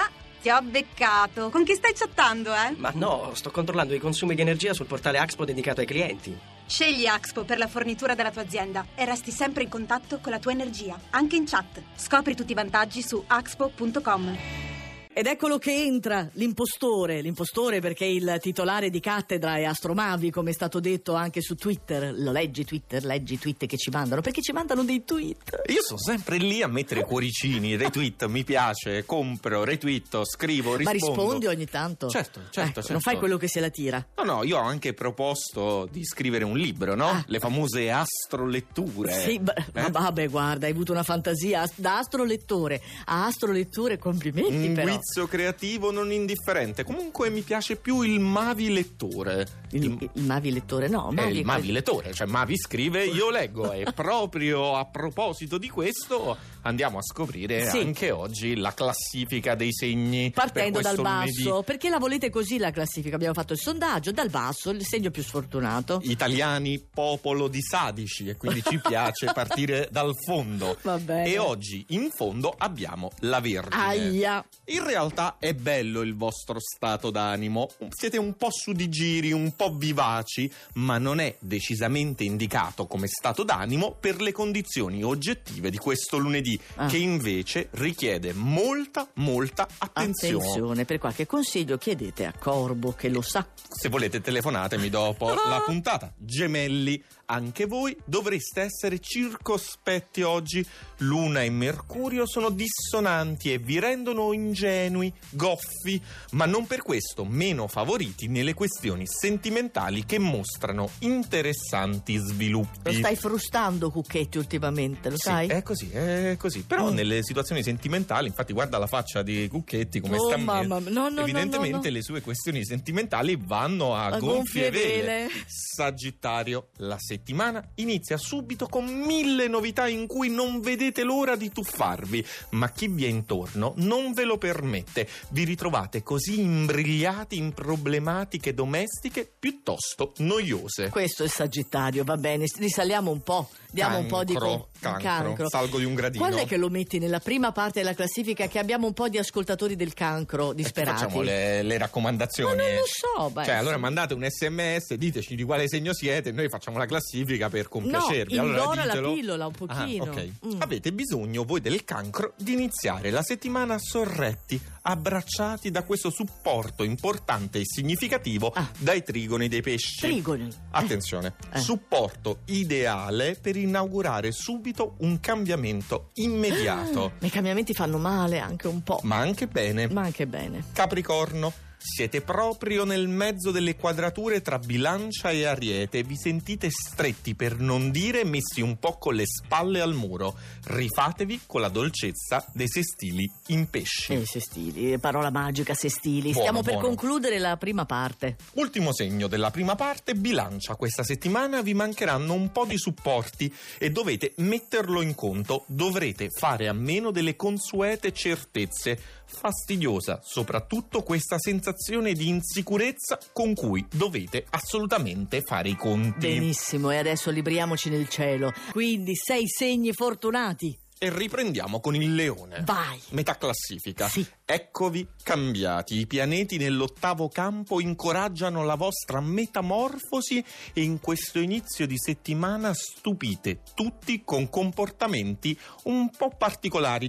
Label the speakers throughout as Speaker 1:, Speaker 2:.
Speaker 1: Ah, Ti ho beccato. Con chi stai chattando, eh?
Speaker 2: Ma no, sto controllando i consumi di energia sul portale Axpo dedicato ai clienti.
Speaker 1: Scegli Axpo per la fornitura della tua azienda e resti sempre in contatto con la tua energia, anche in chat. Scopri tutti i vantaggi su axpo.com.
Speaker 3: Ed eccolo che entra l'impostore, l'impostore perché il titolare di cattedra è Astromavi, come è stato detto anche su Twitter. Lo leggi Twitter, leggi tweet che ci mandano, perché ci mandano dei tweet.
Speaker 4: Io sono sempre lì a mettere cuoricini, retweet, mi piace, compro, retweet, scrivo, rispondo.
Speaker 3: Ma rispondi ogni tanto.
Speaker 4: Certo, certo,
Speaker 3: Ecco,
Speaker 4: certo.
Speaker 3: Non fai quello che se la tira.
Speaker 4: No, no, io ho anche proposto di scrivere un libro, no?
Speaker 3: Ah.
Speaker 4: Le famose astroletture.
Speaker 3: Sì, b- ma
Speaker 4: Eh?
Speaker 3: vabbè, guarda, hai avuto una fantasia as- da astrolettore a astrolettore, complimenti
Speaker 4: Un
Speaker 3: però.
Speaker 4: guizzo creativo non indifferente. Comunque mi piace più il Mavi lettore.
Speaker 3: Il, il Mavi lettore, no,
Speaker 4: Eh,
Speaker 3: Mavi
Speaker 4: il Mavi lettore, cioè Mavi scrive, io leggo e proprio a proposito di questo andiamo a scoprire
Speaker 3: Sì.
Speaker 4: anche oggi la classifica dei segni per
Speaker 3: Partendo dal
Speaker 4: questo
Speaker 3: basso,
Speaker 4: lunedì.
Speaker 3: perché la volete così la classifica? Abbiamo fatto il sondaggio, dal basso il segno più sfortunato.
Speaker 4: Eh. Italiani popolo di sadici e quindi ci piace partire dal fondo.
Speaker 3: Va bene.
Speaker 4: E oggi in fondo abbiamo la Vergine.
Speaker 3: Aia,
Speaker 4: In realtà è bello il vostro stato d'animo, siete un po' su di giri, un po' vivaci, ma non è decisamente indicato come stato d'animo per le condizioni oggettive di questo lunedì,
Speaker 3: Ah.
Speaker 4: che invece richiede molta, molta attenzione.
Speaker 3: attenzione, per qualche consiglio chiedete a Corbo che lo sa.
Speaker 4: Se volete telefonatemi dopo la puntata. Gemelli, anche voi dovreste essere circospetti oggi. Luna e Mercurio sono dissonanti e vi rendono ingenui, goffi, ma non per questo meno favoriti nelle questioni sentimentali che mostrano interessanti
Speaker 3: Lo
Speaker 4: sviluppi.
Speaker 3: stai frustando Cucchetti ultimamente, lo
Speaker 4: Sì, Eh.
Speaker 3: sai?
Speaker 4: è così, è così. Però
Speaker 3: Mm.
Speaker 4: nelle situazioni sentimentali, infatti, guarda la faccia di Cucchetti come
Speaker 3: Oh,
Speaker 4: sta
Speaker 3: mamma mia. No, no, no, no,
Speaker 4: Evidentemente
Speaker 3: no.
Speaker 4: le sue questioni sentimentali vanno a,
Speaker 3: A gonfie vele.
Speaker 4: Sagittario, la settimana inizia subito con mille novità in cui non vedete l'ora di tuffarvi, ma chi vi è intorno non ve lo permette. Vi ritrovate così imbrigliati in problematiche domestiche piuttosto noiose.
Speaker 3: Questo è il Sagittario, va bene, risaliamo un po', diamo un po' di
Speaker 4: Cancro,
Speaker 3: co-
Speaker 4: cancro, salgo di un gradino.
Speaker 3: Quando è che lo metti nella prima parte della classifica che abbiamo un po' di ascoltatori del cancro disperati?
Speaker 4: Eh, Facciamo le, le raccomandazioni.
Speaker 3: Ma non lo so, beh,
Speaker 4: cioè, allora
Speaker 3: sì.
Speaker 4: mandate un sms, diteci di quale segno siete, e noi facciamo la classifica per compiacervi.
Speaker 3: No,
Speaker 4: allora,
Speaker 3: indora la
Speaker 4: ditelo.
Speaker 3: pillola un pochino.
Speaker 4: Ah, ok.
Speaker 3: Mm.
Speaker 4: Avete bisogno voi del cancro di iniziare la settimana sorretti, abbracciati da questo supporto importante e significativo
Speaker 3: Ah.
Speaker 4: dai trigoni dei pesci.
Speaker 3: Trigoni.
Speaker 4: Attenzione,
Speaker 3: Eh.
Speaker 4: supporto ideale per inaugurare subito un cambiamento immediato,
Speaker 3: Ma Ah, I cambiamenti fanno male anche un po',
Speaker 4: ma anche bene.
Speaker 3: ma anche bene.
Speaker 4: Capricorno, siete proprio nel mezzo delle quadrature tra bilancia e ariete, vi sentite stretti per non dire messi un po' con le spalle al muro, rifatevi con la dolcezza dei sestili in pesci.
Speaker 3: Eh, sestili, parola magica, sestili.
Speaker 4: Buono,
Speaker 3: Stiamo per
Speaker 4: buono.
Speaker 3: concludere la prima parte.
Speaker 4: Ultimo segno della prima parte, bilancia, questa settimana vi mancheranno un po' di supporti e dovete metterlo in conto, dovrete fare a meno delle consuete certezze, fastidiosa soprattutto questa sensazione di insicurezza con cui dovete assolutamente fare i conti.
Speaker 3: Benissimo, e adesso libriamoci nel cielo. Quindi sei segni fortunati.
Speaker 4: E riprendiamo con il leone.
Speaker 3: Vai.
Speaker 4: Metà classifica.
Speaker 3: Sì.
Speaker 4: Eccovi cambiati. I pianeti nell'ottavo campo incoraggiano la vostra metamorfosi e in questo inizio di settimana stupite tutti con comportamenti un po' particolari,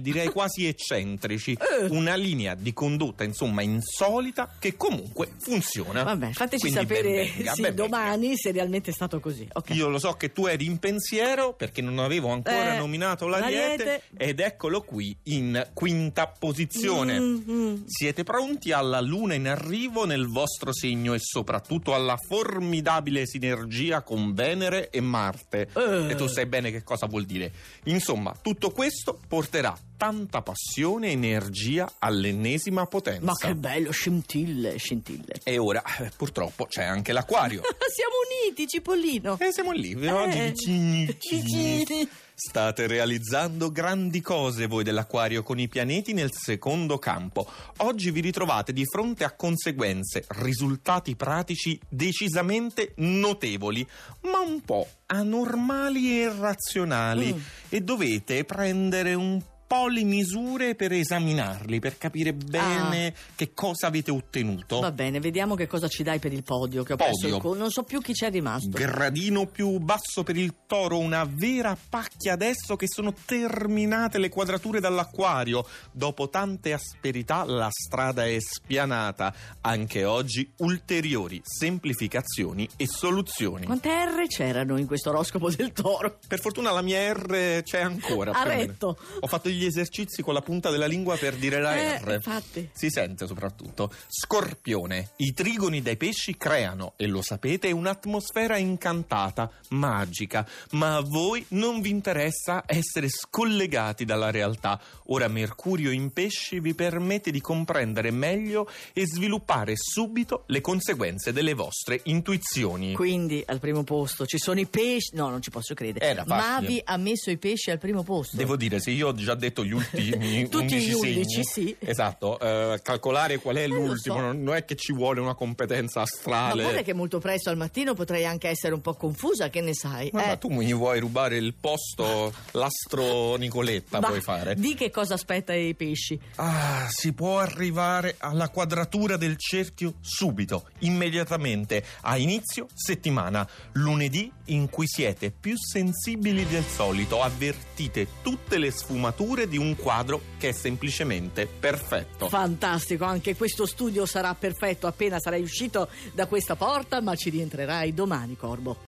Speaker 4: direi quasi eccentrici.
Speaker 3: Eh.
Speaker 4: Una linea di condotta, insomma, insolita che comunque funziona.
Speaker 3: Vabbè, fateci
Speaker 4: Quindi
Speaker 3: sapere
Speaker 4: ben venga,
Speaker 3: sì,
Speaker 4: ben venga.
Speaker 3: domani se realmente è stato così. Ok.
Speaker 4: Io lo so che tu eri in pensiero perché non avevo ancora
Speaker 3: Eh,
Speaker 4: nominato
Speaker 3: l'Ariete.
Speaker 4: l'Ariete, ed eccolo qui in quinta posizione.
Speaker 3: Mm, mm.
Speaker 4: Siete pronti alla luna in arrivo nel vostro segno e soprattutto alla formidabile sinergia con Venere e Marte.
Speaker 3: Eh.
Speaker 4: E tu sai bene che cosa vuol dire. Insomma, tutto questo porterà tanta passione e energia all'ennesima potenza.
Speaker 3: Ma che bello, scintille, scintille.
Speaker 4: E ora, eh, purtroppo, c'è anche l'acquario.
Speaker 3: Siamo uniti, Cipollino.
Speaker 4: E siamo lì, però,
Speaker 3: Eh.
Speaker 4: di vicini.
Speaker 3: Vicini.
Speaker 4: State realizzando grandi cose voi dell'acquario con i pianeti nel secondo campo. Oggi vi ritrovate di fronte a conseguenze, risultati pratici decisamente notevoli, ma un po' anormali e irrazionali
Speaker 3: Mm.
Speaker 4: e dovete prendere un po' le misure per esaminarli, per capire bene che cosa avete ottenuto.
Speaker 3: Ah. Va bene, vediamo che cosa ci dai per il podio. Che ho perso il
Speaker 4: Podio.
Speaker 3: co- non so più chi c'è rimasto.
Speaker 4: Gradino più basso per il toro, una vera pacchia adesso che sono terminate le quadrature dall'acquario. Dopo tante asperità la strada è spianata. Anche oggi ulteriori semplificazioni e soluzioni.
Speaker 3: Quante R c'erano in questo oroscopo del toro?
Speaker 4: Per fortuna la mia R c'è ancora.
Speaker 3: A
Speaker 4: più o meno.
Speaker 3: retto.
Speaker 4: Ho fatto gli esercizi con la punta della lingua per dire la
Speaker 3: Eh,
Speaker 4: R.
Speaker 3: infatti.
Speaker 4: Si sente soprattutto. Scorpione. I trigoni dai pesci creano, e lo sapete, un'atmosfera incantata, magica. Ma a voi non vi interessa essere scollegati dalla realtà. Ora Mercurio in pesci vi permette di comprendere meglio e sviluppare subito le conseguenze delle vostre intuizioni.
Speaker 3: Quindi al primo posto ci sono i pesci. No, non ci posso credere.
Speaker 4: Era facile.
Speaker 3: Mavi ha messo i pesci al primo posto.
Speaker 4: Devo dire, se io ho già detto gli ultimi
Speaker 3: Tutti
Speaker 4: 11
Speaker 3: gli
Speaker 4: segni,
Speaker 3: 11, sì.
Speaker 4: Esatto, eh, calcolare qual è
Speaker 3: Eh, lo
Speaker 4: l'ultimo
Speaker 3: so.
Speaker 4: non non è che ci vuole una competenza
Speaker 3: Ma
Speaker 4: astrale.
Speaker 3: guarda che molto presto al mattino potrei anche essere un po' confusa, che ne sai?
Speaker 4: Ma- ma
Speaker 3: Eh,
Speaker 4: tu mi vuoi rubare il posto l'astro Nicoletta
Speaker 3: va,
Speaker 4: puoi fare.
Speaker 3: Di che cosa aspetta i pesci?
Speaker 4: Ah, si può arrivare alla quadratura del cerchio subito, immediatamente, a inizio settimana, lunedì in cui siete più sensibili del solito, avvertite tutte le sfumature di un quadro che è semplicemente perfetto.
Speaker 3: Fantastico, anche questo studio sarà perfetto appena sarai uscito da questa porta, ma ci rientrerai domani, Corbo.